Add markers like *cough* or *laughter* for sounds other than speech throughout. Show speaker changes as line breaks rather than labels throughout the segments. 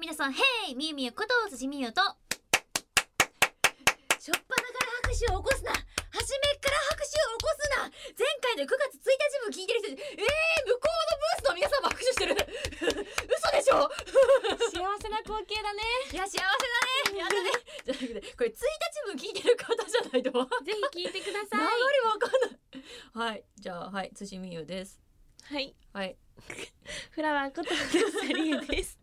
皆さん、ヘイみゆみゆこと辻みゆと、
しょっぱなから拍手を起こすな初めっから拍手を起こすな前回の9月1日分聞いてる人えー、向こうのブースの皆さんも拍手してる *laughs* 嘘でしょ
幸せな光景だね。
いや幸せだねやだね *laughs* じゃなくてこれ1日分聞いてる方じゃないとわ
ぜひ聞いてくだ
流
さ
れ
い。
わかんない *laughs* はいじゃあはい辻美優です
はい、
はい
フラワーことサリエです。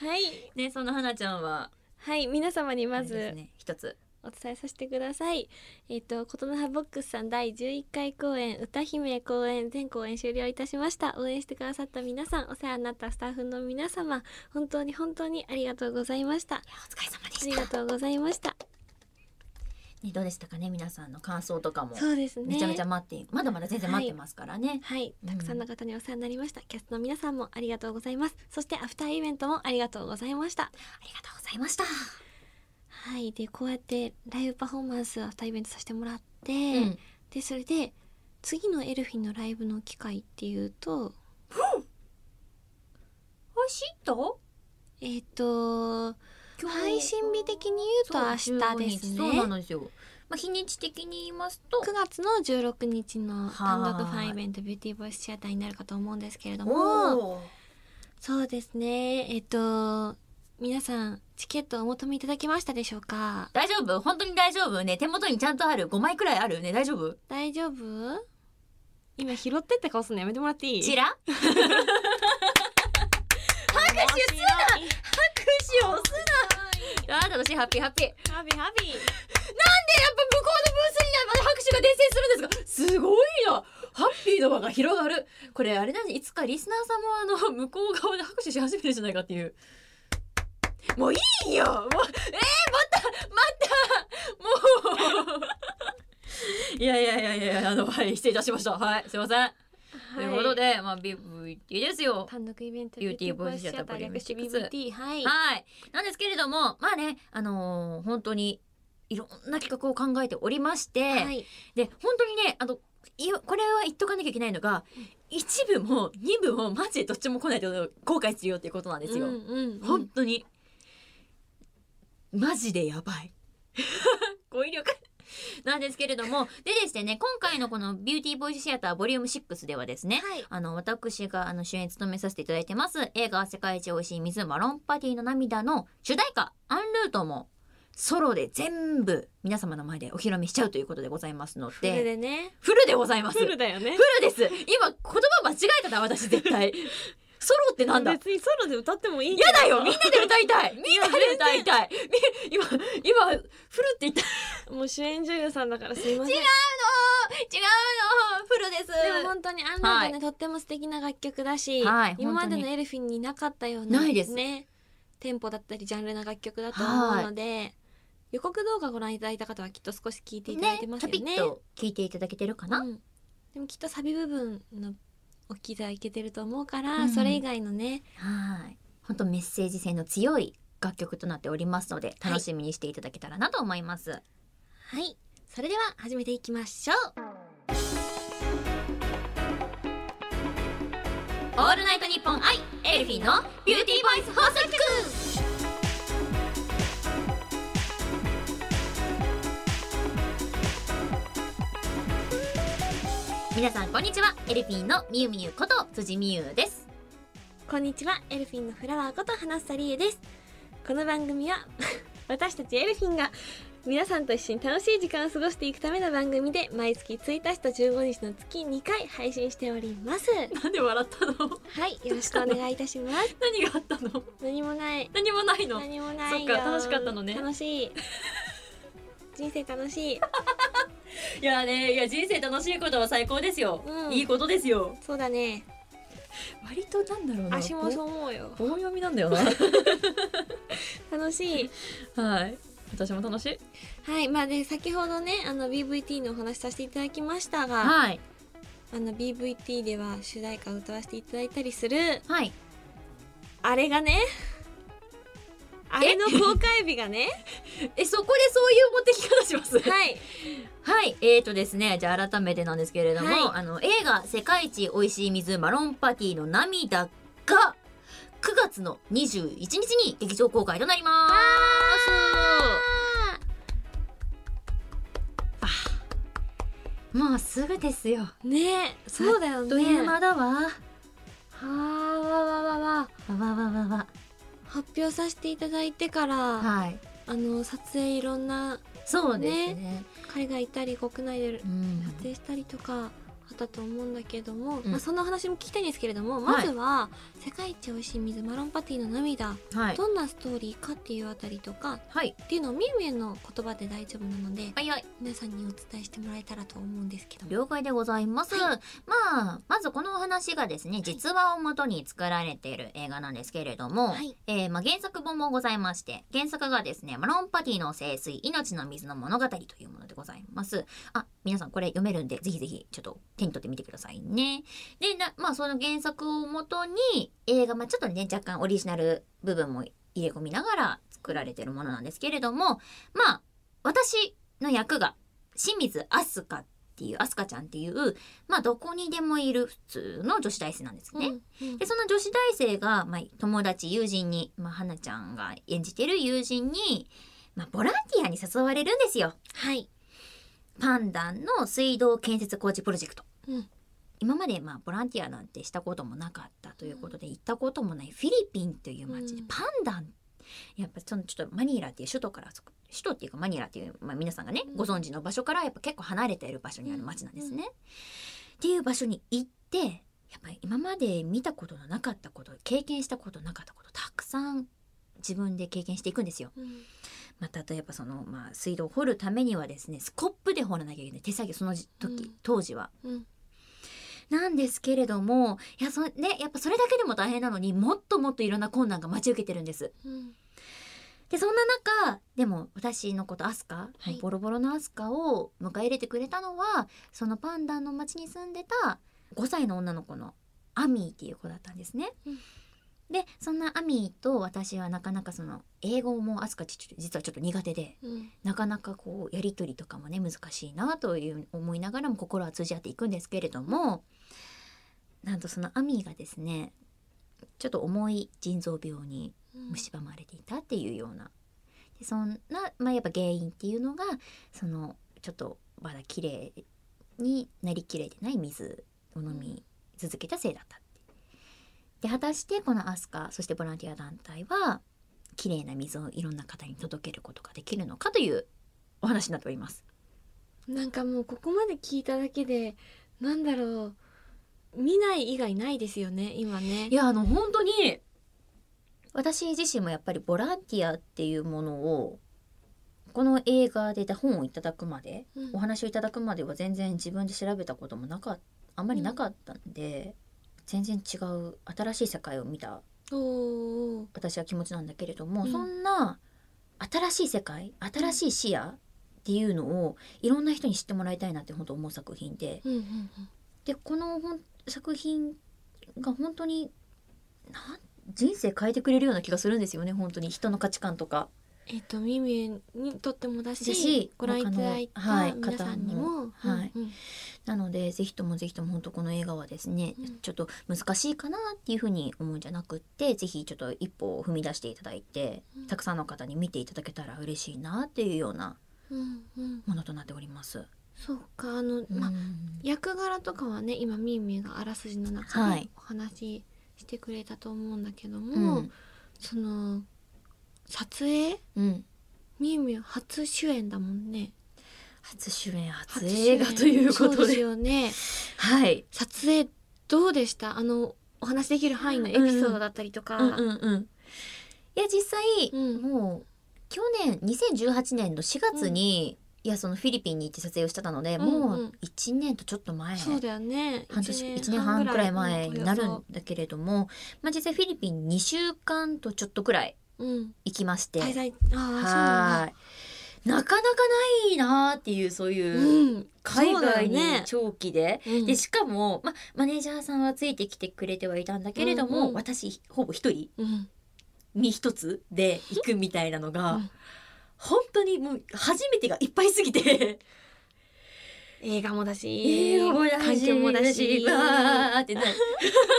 はい、
ねその花ちゃんは
はい、皆様に
あ
ま
れです
ず
ね一つ
お伝えさせてください。えっ、と、ことの葉ボックスさん第11回公演、歌姫公演、全公演終了いたしました。応援してくださった皆さん、お世話になったスタッフの皆様、本当に本当にありがとうございました。あ
いやお疲れ様で
りがとうございました。
ねどうでしたかね皆さんの感想とかも
そうですね。
めちゃめちゃ待っていまだまだ全然待ってますからね、
はい、
うん
たくさんの方にお世話になりました。キャストの皆さんもありがとうございます。そしてアフターイベントもありがとうございました。
ありがとうございました、
はい、でこうやってライブパフォーマンスアフターイベントさせてもらって、
うん
でそれで次のエルフィンのライブの機会っていうと、
おしっと
えっ、と配信日的に言うと明日です
そうな
ね。
のですよ。まあ、日にち的に言いますと
9、月の16日の単
は
独
い
ファンイベントビューティーボイスシアターになるかと思うんですけれども、
おー
そうですね。えっと、皆さん、チケットをお求めいただけましたでしょうか
大丈夫本当に大丈夫ね手元にちゃんとある5枚くらいあるね大丈夫
大丈夫今拾ってって顔すのやめてもらっていい
ち *laughs* ら拍手を押
拍手すな
すなあー楽しいハッピーハッピーなんで
ハビハビ
やっぱ向こうのブースにはまだ拍手が伝染するんですかすごいなハッピーの輪が広がるこれあれなんでいつかリスナーさんもあの向こう側で拍手し始めるんじゃないかっていうもういいよもうえー、またまたもういやいやいやいやあのはい失礼いたしましたはいすいません、ということでまあ BVT ですよ
単独イベント
BT ボイスシアター
略して
BVT
BVT はい
はい。なんですけれども、まあね、あのー本当に、いろんな企画を考えておりまして、
はい
で、本当にね、あの、いこれは言っとかなきゃいけないのが、一部も二部もマジでどっちも来ないと後悔するよっていうことなんですよ。
うんうんう
本
ん
当に。マジでやばい。 *laughs* 語彙力。なんですけれども、でですね、今回のこのビューティーボイスシアターボリューム6ではですね、
はい
あの、私があの主演務めさせていただいてます映画世界一美味しい水マロンパティの涙の主題歌アンルートもソロで全部皆様の前でお披露目しちゃうということでございますの
フル
で、
でね
フルでございます。フル
だよね
です。今言葉間違えたな、私絶
*laughs*
対。ソロってなんだ
別にソロで歌ってもいい
嫌だよみんなで歌いたいみんなで歌いたいみ今、今、フルって言った。
もう主演女優さんだからすいません
違うのフルです
でも本当にアンナがね、とっても素敵な楽曲だし、
はい
今まで
本当
のエルフィンになかったような
ないです
ねテンポだったりジャンルな楽曲だと思うので、予告動画ご覧いただいた方はきっと少し聞いていただいてます
ち
よ
ょび
ね。
っと聞いていただけてるかな、
うんでもきっとサビ部分のお聞きいただけてると思うから、
うん
それ以外のね
はい。本当メッセージ性の強い楽曲となっておりますので、
はい
楽しみにしていただけたらなと思います。
はいそれでは始めていきましょう
オールナイトニッポン愛エルフィンのビューティーボイス放送局皆さんこんにちはエルフィンのみゆみゆこと辻みゆです
こんにちはエルフィンのフラワーこと花さりえですこの番組は *laughs* 私たちエルフィンが皆さんと一緒に楽しい時間を過ごしていくための番組で毎月1日と15日の月2回配信しております
なんで笑った *laughs* の
はいよろしくお願いいたします
何があったの
*laughs* 何もない
何もないの
何もない
そ
よ
っか楽しかったのね
楽しい人生楽しい
いやねいや人生楽しいことは最高ですよ、
うん
いいことですよ
そうだね
割となんだろう
私もそう思うよ
棒読みなんだよ *laughs* な
楽しい
はい私も楽しい
はいまあで先ほどねあの BVT のお話しさせていただきましたが、
はい
あの BVT では主題歌を歌わせていただいたりする
はい
あれがね *laughs* あれの公開日がね *laughs*
えそこでそういう持ってき方します *laughs* はい、
はい
えーとですねじゃあ改めてなんですけれども、
はい
あの映画「世界一おいしい水マロンパティの涙」が9
月の21日に劇場公開となります。もうすぐですよ。
ねえそうだよ
あっという
ねは
間だわ。
あわわわわ
わわわわわ。
発表させていただいてからあ
はい。
の撮影いろんな
そうですね。
海外行ったり国内で
うん
撮影したりとかあったと思うんだけども、
うん
まあ、そんなお話も聞きたいんですけれども、まずは「世界一美味しい水マロンパティの涙」
はい。
どんなストーリーかっていうあたりとか
はい。
っていうのをみゆみゆの言葉で大丈夫なので、
はいはい。
皆さんにお伝えしてもらえたらと思うんですけども。
了解でございます。
は
まあ、まずこのお話がですね、実話をもとに作られている映画なんですけれども、
はい
えーまあ、原作本もございまして、原作がですね、マロンパティの聖水、命の水の物語というものでございます。あ、皆さんこれ読めるんで、ぜひぜひちょっと手に取ってみてくださいね。で、なまあ、その原作をもとに、映画、まあ、ちょっとね、若干オリジナル部分も入れ込みながら作られているものなんですけれども、まあ、私の役が、清水アスカっていう、アスカちゃんっていう、まあ、どこにでもいる普通の女子大生なんですね。
うんうん
で、その女子大生が、まあ、友達、友人に、まあ、花ちゃんが演じてる友人に、まあ、ボランティアに誘われるんですよ。
はい。
パンダンの水道建設工事プロジェクト。
うん
今までまあボランティアなんてしたこともなかったということで行ったこともないフィリピンという町で
うん
パンダンやっぱそのちょっとマニラっていう首都からそこ首都っていうかマニラっていう、まあ、皆さんがね
うん
ご存知の場所からやっぱ結構離れている場所にある町なんです
うん
ね。っていう場所に行ってやっぱり今まで見たことのなかったこと経験したことなかったことたくさん自分で経験していくんですよ。
うん
まあ、例えばその、まあ、水道を掘るためにはですねスコップで掘らなきゃいけない手作業その時、
うん
当時は。
うん
なんですけれどもいやそ、ね、やっぱそれだけでも大変なのにもっともっといろんな困難が待ち受けてるんです。
うん
でそんな中でも私のことアスカ、
はい
ボロボロのアスカを迎え入れてくれたのはそのパンダの町に住んでた5歳の女の子のアミーっていう子だったんですね。
うん
でそんなアミーと私はなかなかその英語もアスカちょっと実はちょっと苦手で
うん
なかなかこうやり取りとかもね難しいなという思いながらも心は通じ合っていくんですけれどもなんとそのアミーがですねちょっと重い腎臓病に
うん
蝕まれていたっていうようなでそんな、まあ、やっぱ原因っていうのがそのちょっとまだ綺麗になりきれてない水を飲み続けたせいだったってで果たしてこのアスカそしてボランティア団体は綺麗な水をいろんな方に届けることができるのかというお話になっております。
なんかもうここまで聞いただけで、なんだろう、見ない以外ないですよね、今ね。
いや、あの、本当に、
私自身もやっぱりボランティアっていうものをこの映画で本をいただくまで
うん
お話をいただくまでは全然自分で調べたこともなかっあんまりなかったんで、全然違う新しい世界を見た
おー
私は気持ちなんだけれども、
うん
そんな新しい世界新しい視野っていうのをいろんな人に知ってもらいたいなって本当思う作品で
うんうん
でこの本作品が本当になん人生変えてくれるような気がするんですよね本当に人の価値観とか。
えっとミミにとってもだし
だし
ご覧いただい
他のは
た
い
皆さんにも、
方もはい
うんうん
なのでぜひともぜひとも本当この映画はですね、
うん
ちょっと難しいかなっていうふうに思うんじゃなくってぜひちょっと一歩を踏み出していただいて、
うん
たくさんの方に見ていただけたら嬉しいなっていうような
うんうん
ものとなっております。
そうかあの、まあ役柄とかはね今ミミがあらすじの中
は
で
い
お話ししてくれたと思うんだけども、
うん
その撮影
うん、
ミミ初主演だもんね
初主演初
初主
映
演
画というこ
そ
と
うです
で
よね
*laughs* はい、
撮影どうでしたあのお話しできる範囲のエピソードだったりとか、
うんうんうん、いや実際、
うん
もう去年2018年の4月に、いやそのフィリピンに行って撮影をしてたので、
うんうん
もう1年とちょっと前
そうだよね
半
一
年一年半くらい前になる
うん
だけれども、まあ、実際フィリピン2週間とちょっとくらい
うん
行きまして
滞在ああそうなんだ
はーいなかなかないなーっていうそういう
うん
海
そうだ
外
よ
に
ね
長期で、
うん
でしかも、まあ、マネージャーさんはついてきてくれてはいたんだけれども、
うんうん
私ほぼ一人
うん
身一つで行くみたいなのが、
うん
本当にもう初めてがいっぱいすぎて
映画もだし、
えー、思い出
環境もだ
*laughs*
し、
わーってな私は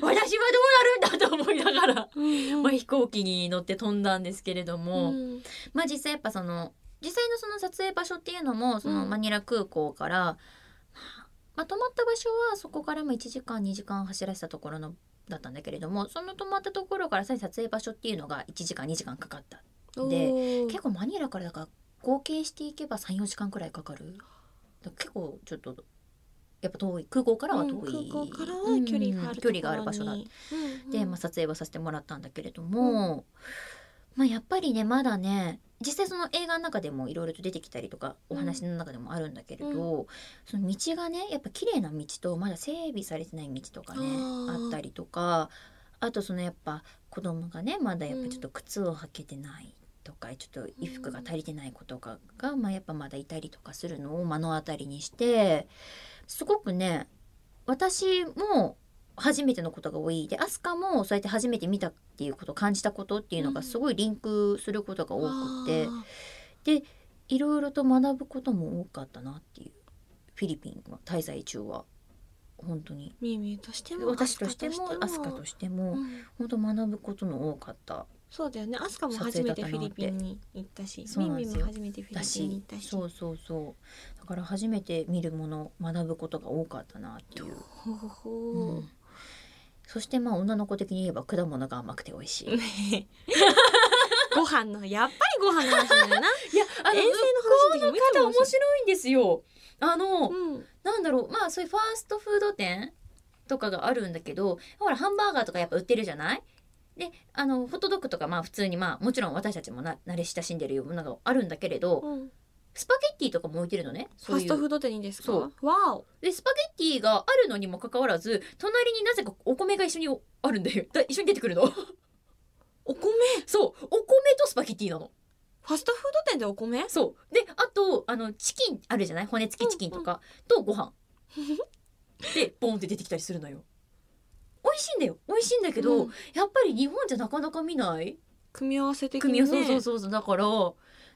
どうなるんだと思いながら、
うんうん
まあ、飛行機に乗って飛んだんですけれども、
うん
まあ実際やっぱその実際のその撮影場所っていうのもその
うん
マニラ空港から、まあまあ、泊まった場所はそこからも1時間2時間走らせたところのだったんだけれどもその泊まったところからさらに撮影場所っていうのが1時間2時間かかったで
おー
結構マニラからだから合計していけば34時間くらいかかるだから結構ちょっとやっぱ遠い空港からは遠い、
うん空港からは距離があ
うん
るところに、
距離がある場所だ
うんうん
で、まあ、撮影はさせてもらったんだけれども、まあ、やっぱりねまだね実際その映画の中でもいろいろと出てきたりとかお話の中でもあるんだけれど、その道がねやっぱ綺麗な道とまだ整備されてない道とかね
あ
あ
ー
ったりとかあとそのやっぱ子供がねまだやっぱちょっと靴を履けてないとか、ちょっと衣服が足りてない子とかが、まあ、やっぱまだいたりとかするのを目の当たりにしてすごくね私も初めてのことが多いでアスカもそうやって初めて見たっていうこと感じたことっていうの
う
が
ん
すごいリンクすることが多くて、
あー
いろいろと学ぶことも多かったなっていうフィリピンは滞在中は本当に
ミミとしても
私としてもアスカと
して
しても
うん
本当学ぶことの多かった
そうだよねアスカも
撮
初
影だ
め
ったな
て
っ
フ
て
ィリピンに行ったし
そう
ミ
なんで
ミ
す
も
よ
初めてフィ
だ
リピンに行
し
ったし
そうそうそうだから初めて見るもの学ぶことが多かったなっていう、
ほほほ
うんそしてまあ女の子的に言えば果物が甘くて美味しい
ねご飯のやっぱりご飯の話だよ
*laughs*
な
いやあの
遠征の話の時もいつ
方
も
面白いんですよあの、
うん
なんだろうまあそういうファーストフード店とかがあるんだけどほらハンバーガーとかやっぱ売ってるじゃないであのホットドッグとかまあ普通にまあもちろん私たちもな慣れ親しんでるようなものがあるんだけれど
うん
スパゲッティとかも置いてるのね
フ
そ
ァ
う
ス
い
ト
う
フード店にですか
そう
わお
でスパゲッティがあるのにもかかわらず隣になぜかお米が一緒にあるんだよだ一緒に出てくるの
お米
そうお米とスパゲッティなの
ファストフード店でお米
そうであとあのチキンあるじゃない骨付きチキンとか、とご飯でボンって出てきたりするのよ美味しいんだよ美味しいんだけど、
うん
やっぱり日本じゃなかなか見ない
組み合わせ的に
組
ね
み合わせ、そうそうそうだから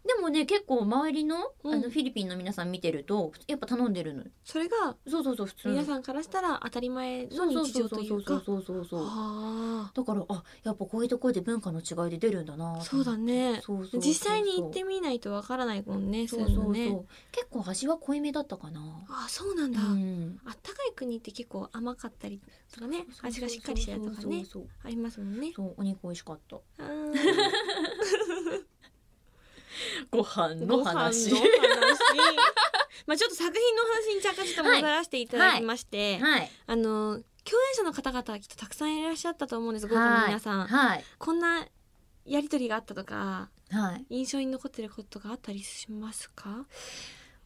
でもね結構周りの,、
うん
あのフィリピンの皆さん見てるとやっぱ頼んでるのよ
それが
そうそうそう普通の
皆さんからしたら当たり前の
そうそう
日
そ
常
うそ
と
う
い
そううそ
か
うそうそう
あ
だからあやっぱこういうところで文化の違いで出るんだな
あそうだね
そうそうそうそう
実際に行ってみないとわからないもんね
そうそう
い
そう
のね
結構味は濃いめだったかな
ああそうなんだ、
うん
あったかい国って結構甘かったりとかね味がしっかりしてるとかね
そうそう
ありますもんね
そうそうお肉美味しかった
あー
*laughs* ご飯
ご
*laughs*
飯の話 *laughs* まあちょっと作品の話に若干ちょっと戻らせていただきまして、
はい
あの共演者の方々きっとたくさんいらっしゃったと思うんです豪華
は
ない皆さん、
はい
こんなやりとりがあったとか
はい
印象に残ってることがあったりしますか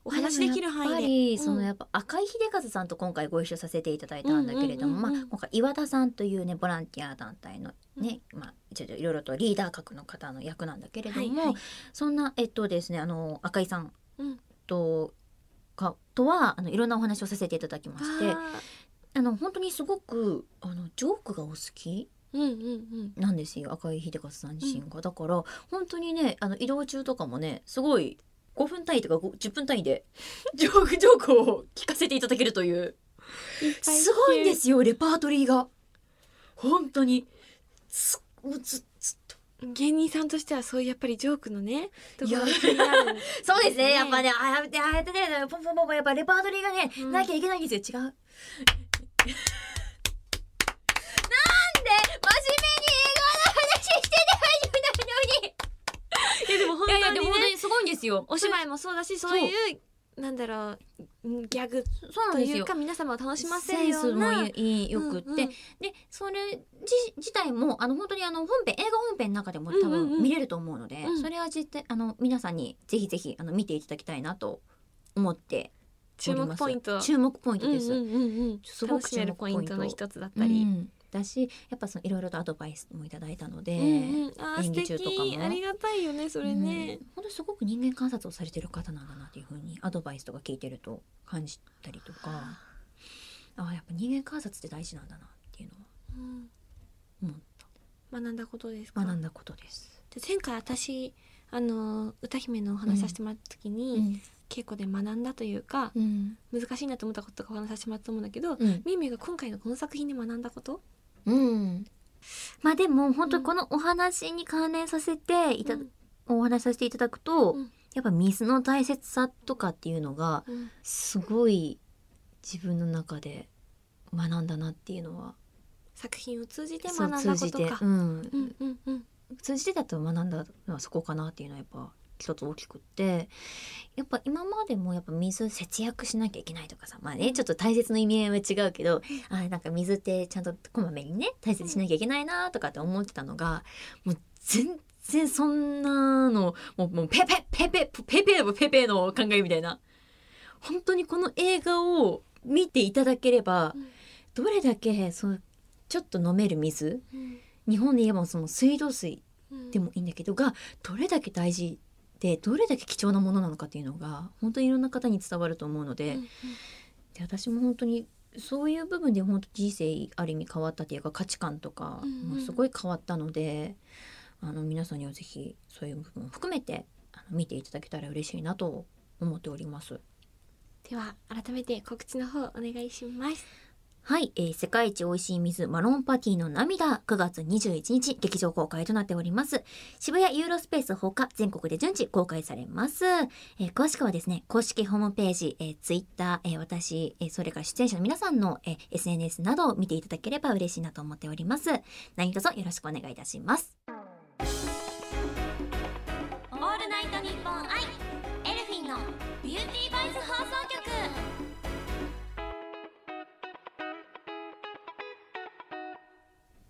お話できる範囲で
やっぱりその
うん
やっぱ赤井秀和さんと今回ご一緒させていただいたんだけれども、
うんうんうん
まあ
うん
今回岩田さんというねボランティア団体のね、まあちょっといろいろとリーダー格の方の役なんだけれども、
はいはい
そんなえっとですねあの赤井さん
うん
と、かとはあのいろんなお話をさせていただきまして
あ
あの本当にすごくあのジョークがお好き
ーうんうん
なんですよ赤井秀和さん自身が、だから本当にねあの移動中とかもねすごい5分単位とか5 10分単位で *laughs* ジョークジョークを聞かせていただけるという
うんっぱ聞ける
すごいんですよレパートリーが本当につもうずずっと
芸人さんとしてはそういうやっぱりジョークのねと
い
こ
や
ろが気になる
そうですね
ね
やっぱねああやってああやってねポンポンポンポンやっぱレパートリーがね、
うん
なきゃいけないんですよ違うなんで真面目に映画の話してればいいのに
いやでも本
い
当
やい
にね
やでも本当にすごいんですよ
お芝居もそうだしそういうなんだろううんギャグ
そうなん
と
です
い
よ
うか皆様を楽しませ
セ
る
ン
よ
ス
う
も
ない
いよくって、
うんうん
でそれ自自体もあの本当にあの本編映画本編の中でも多
うんうんう
分
ん
見れると思うので、
うん
それは実際あの皆さんにぜひぜひあの見ていただきたいなと思ってお
注
りま
目
す
ポイント
注目ポイントです、
うんうんうんうん、
すご
楽
く
しめるポイントの一つだった
う
り、
んだしやっぱそのいろいろとアドバイスもいただいたので、
うんうん、あー
演技中とかも
素敵ありがたいよねそれね、
うん本当にすごく人間観察をされてる方なんだなっていうふうにアドバイスとか聞いてると感じたりとかああやっぱ人間観察って大事なんだなっていうのは
うん
思った
学んだことですか
学んだことです。
で前回私あの歌姫のお話しさせてもらった時に、稽古で学んだというか
うん
難しいなと思ったこととかお話しさせてもらったと思うんだけど、
うん
みゆみゆが今回のこの作品で学んだこと
うんまあでも本当にこのお話に関連させていた、
うん
お話しさせていただくと、
うん
やっぱ水の大切さとかっていうのがすごい自分の中で学んだなっていうのは
作品を通じて
そ
学
う
んだ
通
こ
じ
と
て
か、。
うん
うんうんうん
通じてだと学んだのはそこかなっていうのはやっぱ一つ大きくってやっぱ今までもやっぱ水節約しなきゃいけないとかさまあねちょっと大切の意味合いは違うけどあなんか水ってちゃんとこまめにね大切にしなきゃいけないなとかって思ってたのがもう全然そんなのもうもうペペペペペペペペペの考えみたいな本当にこの映画を見ていただければ
うん
どれだけそうちょっと飲める水
うん
日本で言えばその水道水
うん
でもいいんだけどがどれだけ大事でどれだけ貴重なものなのかっていうのが本当にいろんな方に伝わると思うので,、
うんうん
で私も本当にそういう部分で本当人生ある意味変わったっていうか価値観とか
うんうん
もすごい変わったので、あの皆さんにはぜひそういう部分を含めてあの見ていただけたら嬉しいなと思っております。
では改めて告知の方お願いします
はい、えー世界一美味しい水マロンパティの涙9月21日劇場公開となっております渋谷ユーロスペースほか全国で順次公開されます、えー詳しくはですね公式ホームページ、えー、ツイッター、えー私、えーそれから出演者の皆さんの、えー SNS などを見ていただければ嬉しいなと思っております何卒よろしくお願いいたします
オールナイトニッポンアイエルフィンのビューティーバイス放送局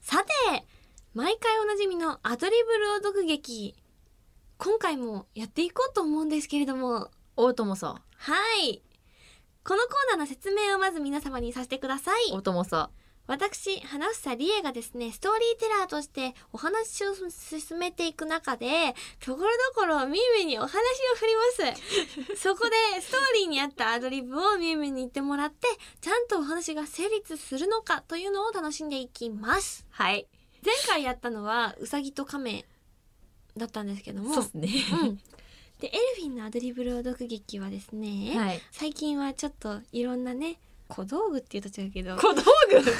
さて毎回おなじみのアドリブ朗読劇今回もやっていこうと思うんですけれども
大友さん
はいこのコーナーの説明をまず皆様にさせてください
大友さん
私花房理恵がですねストーリーテラーとしてお話を進めていく中でところどころみゆみゆにお話を振
*laughs*
りますそこでストーリーに合ったアドリブをみゆみゆに言ってもらってちゃんとお話が成立するのかというのを楽しんでいきます
はい
前回やったのはうさぎと亀だったんですけども
そうですね、
うんでエルフィンのアドリブ朗読劇はですね、
はい
最近はちょっといろんなね小道具っていうと違うけど
小道
*laughs*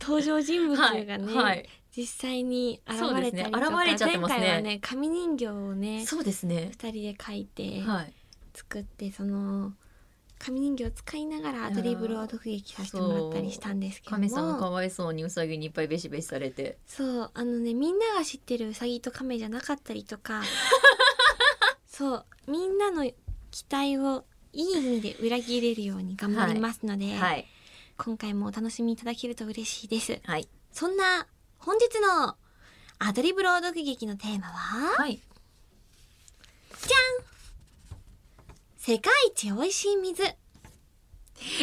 登場
具
人物
はい
がね、
はい
実際に現れたりとか、
そうですね現れちゃってますね
前回はね紙人形をね
そうですね
二人で描いて
はい
作って、その紙人形を使いながらアドリブルを読劇させてもらったりしたんですけど
亀さんか
も
わいそうにうさぎにいっぱいベシベシされて
そうあのねみんなが知ってるウサギと亀じゃなかったり
*laughs*
とかそうみんなの期待をいい意味で裏切れるように頑張りますので、
はい
今回もお楽しみいただけると嬉しいです。
はい
そんな本日のアドリブ朗読劇のテーマは、
はい
世界一美味しい水。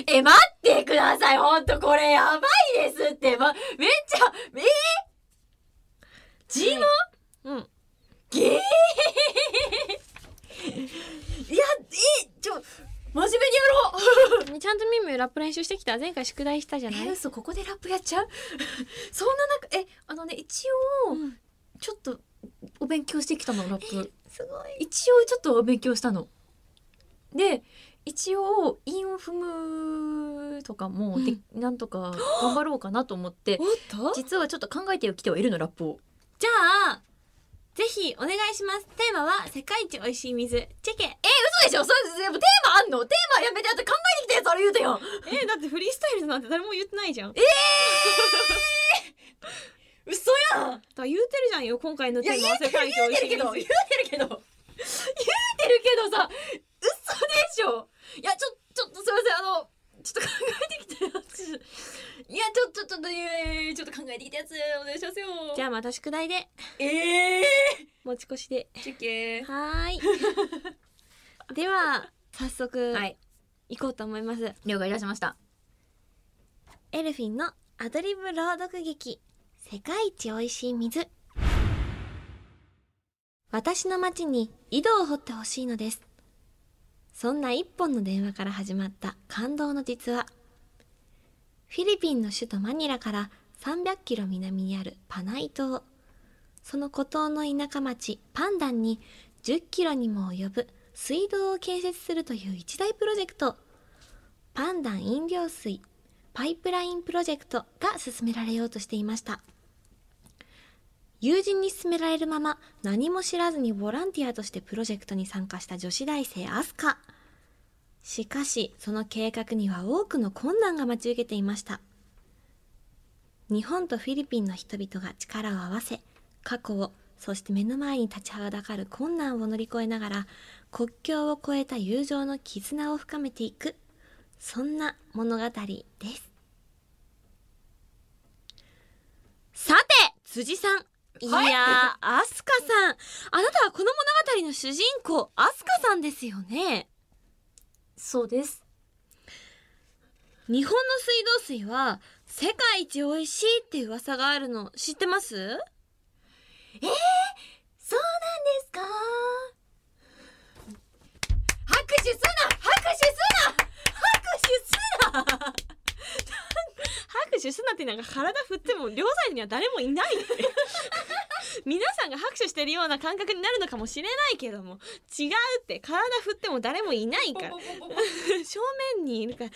え待ってくださいほんとこれやばいですってまめっちゃえー、ジム
うん。
ゲー *laughs* いやえちょ真面目にやろう
ちゃんとミムラップ練習してきた。前回宿題したじゃない
え、嘘ここでラップやっちゃう *laughs* そんな中えあのね一応、
うん
ちょっとお勉強してきたのラップ
すごい。
一応ちょっとお勉強したので一応韻を踏むとかもで、なんと *gasps* か頑張ろうかなと思って
おっとじ
実はちょっと考えてきてはいるのラップを
じゃあ、ぜひお願いします。テーマは世界一美味しい水。チェケ。え、
嘘でしょそれでもテーマあんのテーマやめてあと考えてきたやつあれ言うてよ
えだってフリースタイルなんて誰も言ってないじゃん。え
嘘やん
だ言うてるじゃんよ、今回の
いや
テーマは世界一美
言うて
味
る
しい
け
水。
ど言うてるけど言うてるけどさ嘘でしょいやちょちょっとすいませんあのちょっと考えてきたやついやちょっとちょっとえーちょっと考えてきたやつお願いしますよ
じゃあまた宿題で、
ええ
持ち越
*laughs*
しで。
ー、チェケ
はーい。では、早速、
はい
行こうと思います。
了解いたしました
エルフィンのアドリブ朗読劇世界一おいしい水私の町に井戸を掘ってほしいのですそんな一本の電話から始まった感動の実話フィリピンの首都マニラから300キロ南にあるパナイ島その孤島の田舎町パンダンに10キロにも及ぶ水道を建設するという一大プロジェクトパンダン飲料水パイプラインプロジェクトが進められようとしていました友人に勧められるまま何も知らずにボランティアとしてプロジェクトに参加した女子大生アスカしかしその計画には多くの困難が待ち受けていました日本とフィリピンの人々が力を合わせ過去をそして目の前に立ちはだかる困難を乗り越えながら国境を越えた友情の絆を深めていくそんな物語ですさて辻さんいやー、アスカさん。あなたはこの物語の主人公、アスカさんですよね。
そうです。
日本の水道水は世界一美味しいって噂があるの知ってます
そうなんですか
拍手すな拍手すな拍手す
拍手すなってなんか体振っても両サイドには誰もいないって *laughs* 皆さんが拍手してるような感覚になるのかもしれないけども違うって体振っても誰もいないから正面にいるからね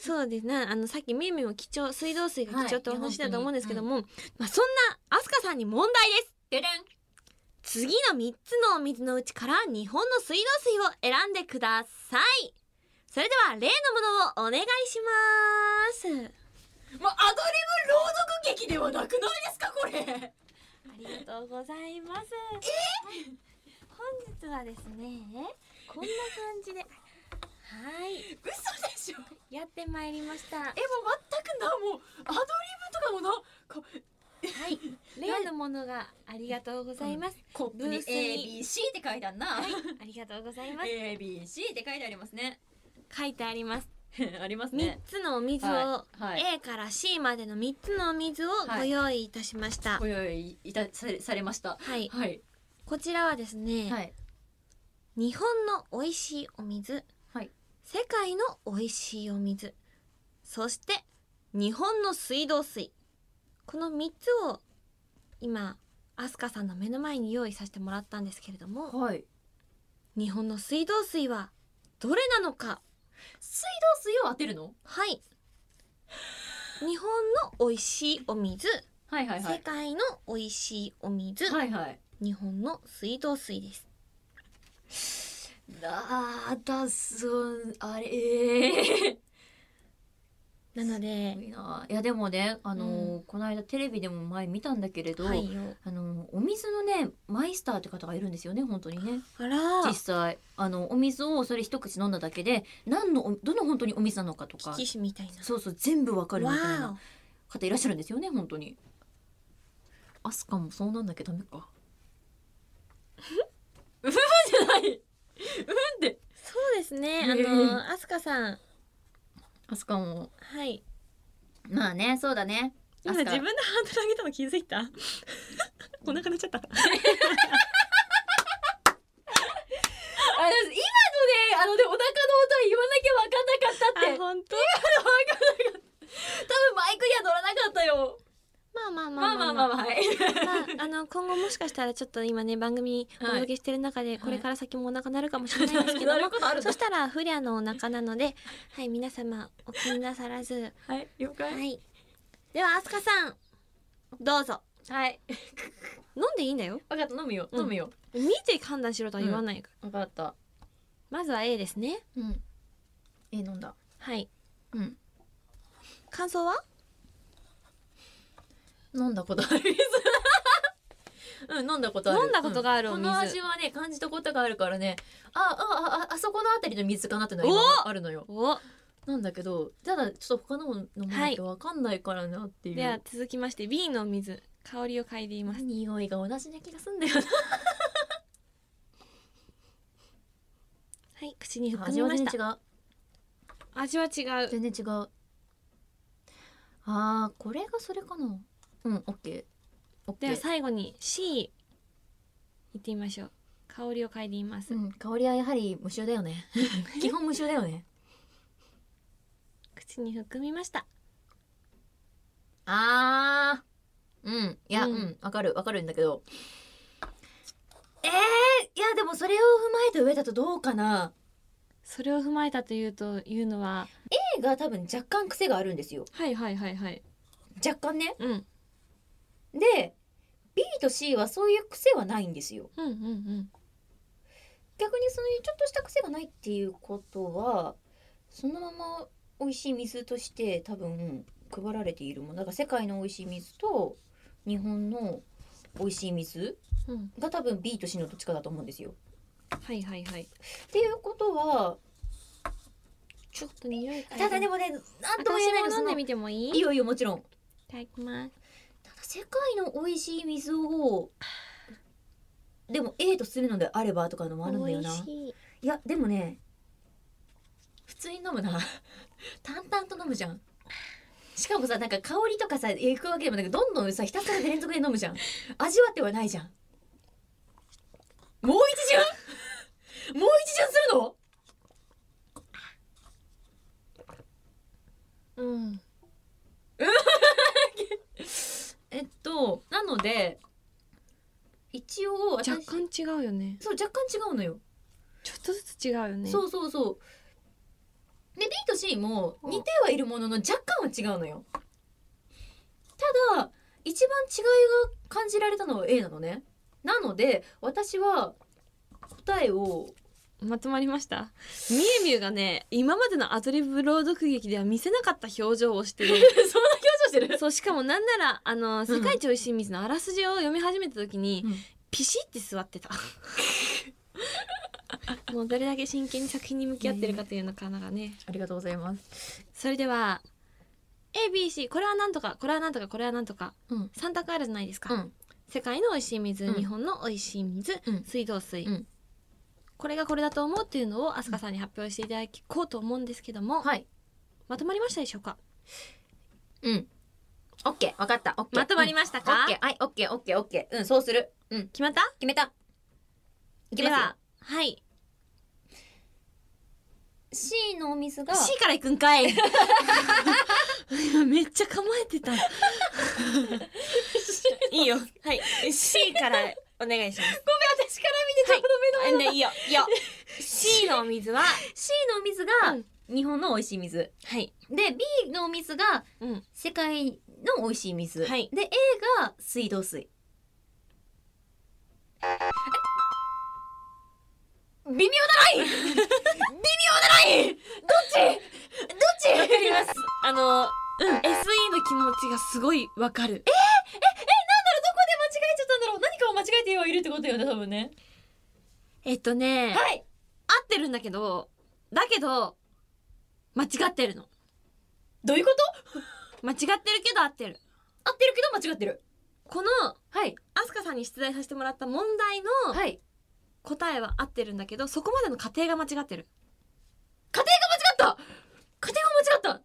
そうですなあのさっきみゆみゆも貴重水道水が貴重ってお話だと思うんですけども、まあ、そんなアスカさんに問題です
ででん
次の3つのお水のうちから日本の水道水を選んでくださいそれでは例のものをお願いします
なもうアドリブ朗読劇ではなくないですかこれ
ありがとうございます。本日はですね、こんな感じで、はい、
嘘でしょ
やってまいりました。
えもう全くなもうアドリブとかもなこ
はい、 *laughs* 例のものがありがとうございます。
コッ
プに
ABC って書いてあるな、
ありがとうございます。
ABC って書いてありますね *laughs*
書いてあります。
あります
三
ね
つのお水を、
はい、はい
A から C までの三つのお水を
はい
ご用意いたしました。は
ご
い、
用意いたされされましたはい
こちらはですね、
はい
日本の美味しいお水、
はい
世界の美味しいお水そして日本の水道水この3つを今アスカさんの目の前に用意させてもらったんですけれども
はい
日本の水道水はどれなのか
水道水を当てるの
はい日本の美味しいお水、
はいはいは
世
い
界の美味しいお水、
はいはい
日本の水道水です
あだそあれええ
なので
いいないやでもねあのーこの間テレビでも前見たんだけれど、
はいよ
あのーお水のねマイスターって方がいるんですよね本当にね
あら
実際あのお水をそれ一口飲んだだけで何のおどの本当にお水なのかとか
キシみたいな
そうそう全部わかるみたい
わお
な方いらっしゃるんですよね本当にアスカもそうなんだけどダメ *laughs* かうふふじゃないうんで
そうですね。あ
うん
の、アスカさん。
アスカも
はい。
まあねそうだね
今
アス
自
カ
分でハンドル上げたの気づい *laughs* たお腹鳴っちゃった。
あでも今のねあのねお腹の音は言わなきゃわかんなかったって
本当
多分マイクには乗らなかったよ
まあま
ま
あ
あ
ま
ま
あ
あまあ
まあまあ。
まあはい
あの今後もしかしたらちょっと今ね番組お届けしてる中でこれから先もお腹鳴るかもし
*laughs*
れないんですけど
な
も
ることあるんだ
そしたら不良のお腹なのではい皆様お気になさらず
はい了
は
解
いではアスカさんどうぞ
はい
飲んでいいんだよ
分かった飲むよ
うん
飲むよ
見て判断しろとは言わないか
分かった
ら、まずは A ですね
うんえ飲んだ
はい
うん
感想は
飲んだことある水 *laughs* うん飲んだことある
飲んだことがあるお
うん
水
この味はね感じたことがあるからねあああああそこのあたりの水かなってのは
お
今あるのよ
お
なんだけどただちょっと他のもの飲まなきゃわかんないからなっていう、
では続きまして B のお水香りを嗅いでいます
匂いが同じな気がすんだよ
はい口に
な
含
味
み
は
まし
全
た
然違う
味は違う
全然違うあーこれがそれかなうんオッケーオッケ
では
ー
最後に C 行ってみましょう香りを嗅いでいます、
うん香りはやはり無臭だよ
*laughs*
ね基本無臭だよね
口に含みました
あーうんいや
う
うんんわ、かるわかるんだけどえー、いやでもそれを踏まえて上だとどうかな
それを踏まえたというというのは
A が多分若干癖があるんですよ
はいはいはいはい
若干ね
うんうん
で B と C はそういう癖はないんですよ
うんうん
逆にそういうちょっとした癖がないっていうことはそのまま美味しい水として多分配られているものだから世界の美味しい水と日本の美味しい水
うん
が多分 B と C のどっちかだと思うんですよ。
はいはいはい
っていうことは
ちょっと匂い嗅い
ただでもねなんとも言えないの
私も
そ
飲ん
の
で
い
みてもいい
いよいいよもちろん
いただきます
ただ世界の美味しい水をでも A とするのであればとかのもあるんだ
美
よ
味
な。
しい
いやでもね普通に飲むな *laughs* 淡々と飲むじゃんしかもさなんか香りとかさいくわけでもなくどんどんさひたすら連続で飲むじゃん味わってはないじゃんもう一
*laughs*
巡もう一巡するの
うん
えっとなので一応私
若干違うよね
そう若干違うのよ、
ちょっとずつ違うよね
そうそうそうで B と C も似てはいるものの若干は違うのよただ一番違いが感じられたのは A なのねなので私は答えを
まとまりましたみゆみゆがね今までのアドリブ朗読劇では見せなかった表情をしてる
*laughs* *laughs* そんな表情してる
そうしかもなんならあの「世界一おいしい水」のあらすじを読み始めた時に、
うん
ピシって
*laughs*
座ってたもうどれだけ真剣に作品に向き合ってるかというのかながね
ありがとうございます
それでは ABC これはなんとかこれはなんとかこれはなんとか、
うん
3択あるじゃないですか、
うん
世界のおいしい水、
うん
日本のおいしい水、
うん
水道水、
うん
これがこれだと思うっていうのを飛鳥さんに発表していただこうと思うんですけども、
はい
まとまりましたでしょうか
うん OK 分かった OK
まとまり
ま
ました
オ
か、
ッケーはいオッケーオッケーオッケーうんそうするうん
決まった
決めたいき
で
ますよ
ははい
C のお水が
C から行くんかい今めっちゃ構えてた *laughs* いいよはい C からお願いし *laughs* ます
私から見てちょうど目の前だった
ねいいよいいよ C のお水は
C のお水が日本の美味しい水、
はい
で B のお水が
うん
世界の美味しい水、
はい
で A が水道水え微妙だない微妙だないどっちどっち
わかります。あの、うん、SE の気持ちがすごいわかる。
どこで間違えちゃったんだろう何かを間違えてはいるってことよね多分ね
えっとね、合
はい
ってるんだけど、だけど、間違ってるの。
どういうこと
間違ってるけど合ってる。
合ってるけど間違ってる
この、
はい
アスカさんに出題させてもらった問題の
はい
答えは合ってるんだけど、そこまでの過程が間違ってる。
家庭が間違った家庭が間違った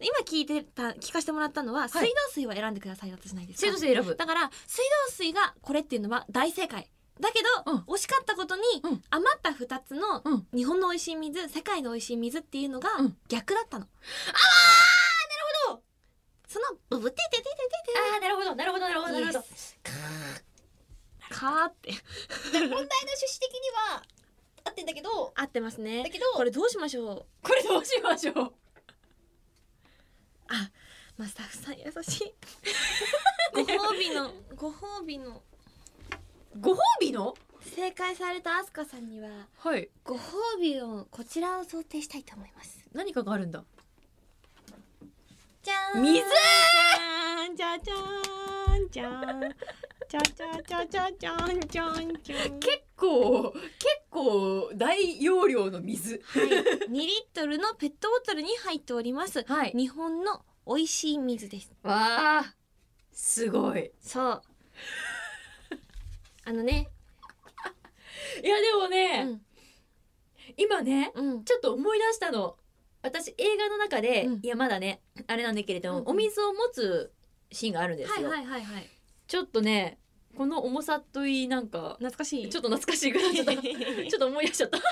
今聞いてた、聞かせてもらったのは、水道水を選んでくださいだったじゃないですか。
水道水選ぶ
だから、水道水がこれっていうのは大正解。だけど、
うん
惜しかったことに、
うん
余った2つの
うん
日本の美味しい水、世界の美味しい水っていうのが
うん
逆だったの。あーなるほどその、ブブテテテテ
ああなるほどなるほどなるほどなるほど
Yes テかーって。
問題の趣旨的には合ってんだけど
合ってますね。
だけど
これどうしましょう
これどうしましょう
あ、まあ、スタッフさん優しい。 *laughs* ご褒美の、ご褒美の、
ご褒美の
正解されたアスカさんには、
はい
ご褒美を、こちらを想定したいと思います。
何かがあるんだ
じゃーん
水
じゃじゃーんじゃーんじゃじゃじゃじゃじゃんじゃんじゃん
結構結構大容量の水
はい、2リットルのペットボトルに入っております
はい
日本の美味しい水です
わあすごい
そうあのね
いやでも
う
ね、
ん
今ね
うん
ちょっと思い出したの私映画の中で、
うん
いやまだねあれなんだけれども、
うんうん
お水を持つシーンがあるんです
はい
よ、
はいはいはい
ちょっとねこの重さといいなんか
懐かしい
ちょっと懐かしいぐらいちょ
*laughs*
っとちょっと思い出しちゃった
幸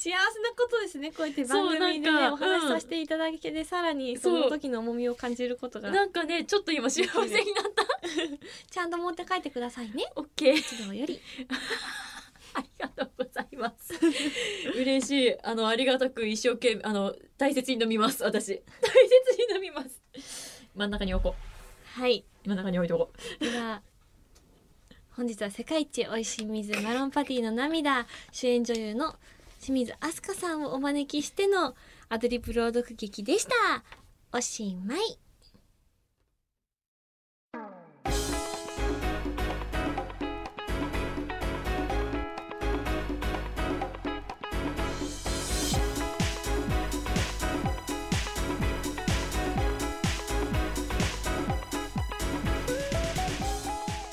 せなことですねこうやって番組で
そう
ね
なん
お
か
話しさせていただけでさらにその時の重みを感じることが
なんかねちょっと今幸せになった
ちちゃんと持って帰ってくださいね。
オッケー。
一同より。
ありがとうございます。嬉しい。あの、ありがたく一生懸命、あの、大切に飲みます、私。大切に飲みます。真ん中に置こ
はい。
う。真ん中に置いておこう。
では、本日は世界一美味しい水マロンパティの涙、主演女優の清水飛鳥さんをお招きしてのアドリブ朗読劇でした。おしまい。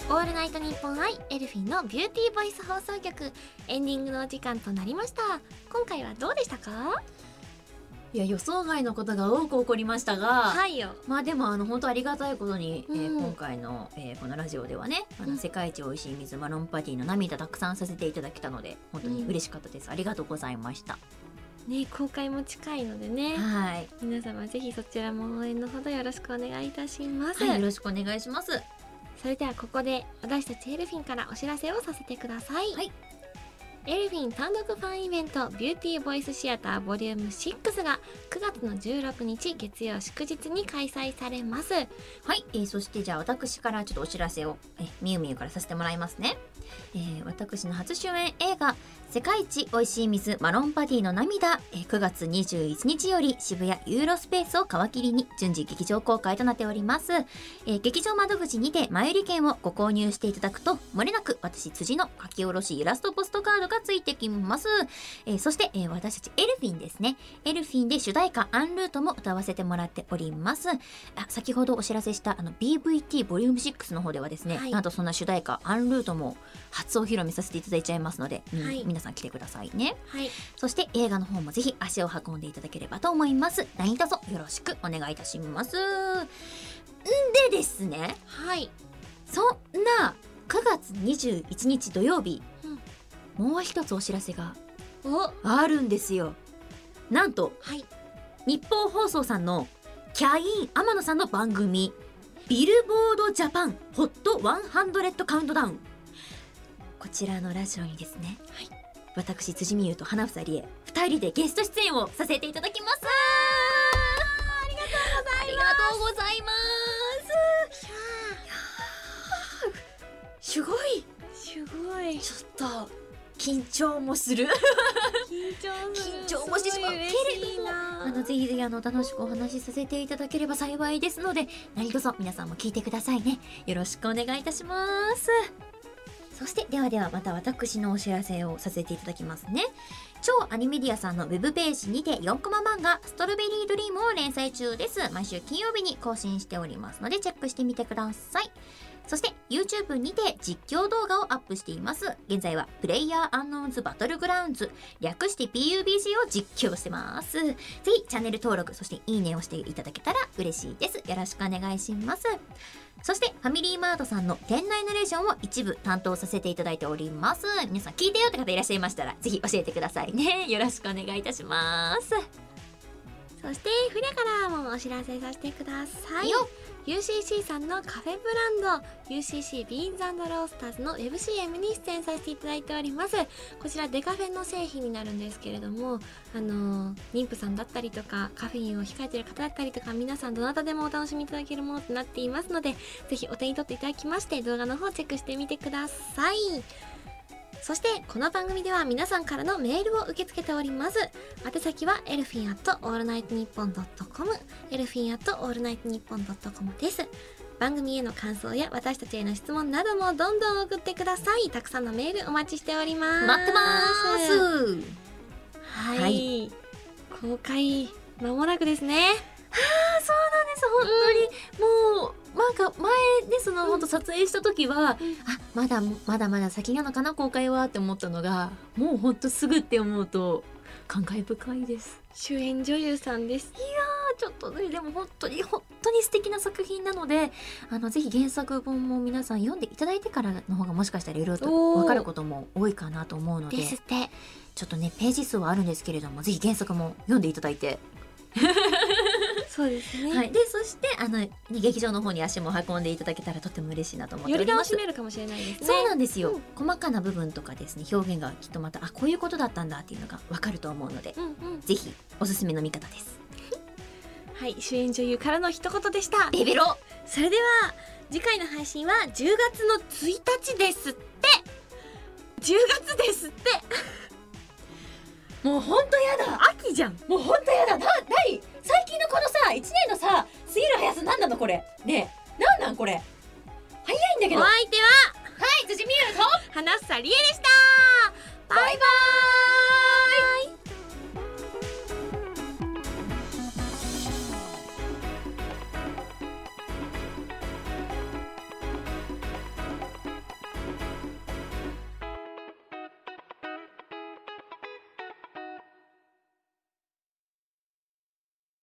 オールナイトニッポンアイエルフィンのビューティーボイス放送局エンディングのお時間となりました今回はどうでしたか
いや、予想外のことが多く起こりましたが、
はいよ
まあでもあの本当ありがたいことに、えー
うん
今回の、えーこのラジオではねあ
う
の
ん
世界一美味しい水マロンパティの涙たくさんさせていただけたので本当に嬉しかったです、ありがとうございました
ね公開も近いのでね
はい、
皆様ぜひそちらも応援のほどよろしくお願いいたします、
はい、よろしくお願いします
それではここで私たちエルフィンからお知らせをさせてください、
はい
エルフィン単独ファンイベントビューティーボイスシアターボリューム6が9月の16日月曜祝日に開催されます
はい、えーそしてじゃあ私からちょっとお知らせをえーみゆみゆからさせてもらいますね、えー私の初主演映画「世界一おいしい水マロンパティの涙」えー9月21日より渋谷ユーロスペースを皮切りに順次劇場公開となっております、えー劇場窓口にて前売り券をご購入していただくともれなく私辻の書き下ろしイラストポストカードがついてきます、えーそして、えー私たちエルフィンですねエルフィンで主題歌「アンルート」も歌わせてもらっておりますあ先ほどお知らせしたあの BVT ボリューム6の方ではですね、
はい
なんとそんな主題歌「アンルート」も初お披露目させていただいちゃいますので、うん
はい
皆さん来てくださいね
はい
そして映画の方もぜひ足を運んでいただければと思います何卒よろしくお願いいたしますんでですね
はい
そんな9月21日土曜日、もう一つお知らせが
お
あるんですよなんと
はい
日本放送さんのキャイン天野さんの番組ビルボードジャパンホット100カウントダウンこちらのラジオにですね、私辻美優と花房理恵二人でゲスト出演をさせていただきますありがとうございますいやーすごい
すごい
ちょっと緊張もする
*laughs* 緊張する
緊張もしてしまう
すごい嬉しいな
あのぜひぜひあの楽しくお話しさせていただければ幸いですので何卒皆さんも聞いてくださいねよろしくお願いいたしますそしてではではまた私のお知らせをさせていただきますね超アニメディアさんのウェブページにて4コマ漫画「ストロベリードリーム」を連載中です毎週金曜日に更新しておりますのでチェックしてみてくださいそして YouTube にて実況動画をアップしています現在はプレイヤーアンノーンズバトルグラウンズ略して PUBG を実況してますぜひチャンネル登録そしていいねをしていただけたら嬉しいですよろしくお願いしますそしてファミリーマートさんの店内ナレーションを一部担当させていただいております皆さん聞いてよって方いらっしゃいましたらぜひ教えてくださいねよろしくお願いいたします
そして船からもお知らせさせてください
よ
UCC さんのカフェブランド UCC ビーンズロースターズの WebCM に出演させていただいておりますこちらデカフェの製品になるんですけれどもあのー妊婦さんだったりとかカフェインを控えてる方だったりとか皆さんどなたでもお楽しみいただけるものとなっていますのでぜひお手に取っていただきまして動画の方チェックしてみてくださいそしてこの番組では皆さんからのメールを受け付けております宛先はエルフィンアットオールナイトニッポンドットコムエルフィンアットオールナイトニッポンドットコムです番組への感想や私たちへの質問などもどんどん送ってくださいたくさんのメールお待ちしております
待ってます
はい、
は
公開間もなくですね
です本当に、もうなんか前でその本当撮影した時は、
うん
あまだまだまだ先なのかな公開はって思ったのがもう本当すぐって思うと感慨深いです
主演女優さんです
あちょっとねでも本当に本当に素敵な作品なのであのぜひ原作本も皆さん読んでいただいてからの方がもしかしたらいろいろと
おー
分かることも多いかなと思うので
ですって
ちょっとねページ数はあるんですけれどもぜひ原作も読んでいただいて
そうですね、
はい、でそしてあの、ね劇場の方に足も運んでいただけたらとても嬉しいなと思って
よ
お
り
り
楽
ます
し。めるかもしれないですね
そうなんですよ、
うん
細かな部分とかですね表現がきっとまたあこういうことだったんだっていうのがわかると思うので
うんうん
ぜひおすすめの見方です
はい主演女優からの一言でした
ベベロ
それでは次回の配信は10月の1日ですって10月ですって
もう本当やだ
秋じゃん
もう本当やだなない最近のこのさ一年のさ過ぎる速さなんなのこれねえなんなんこれ早いんだけ
お相手
ど
は
はい辻美優と
花さりえでしたバイバイ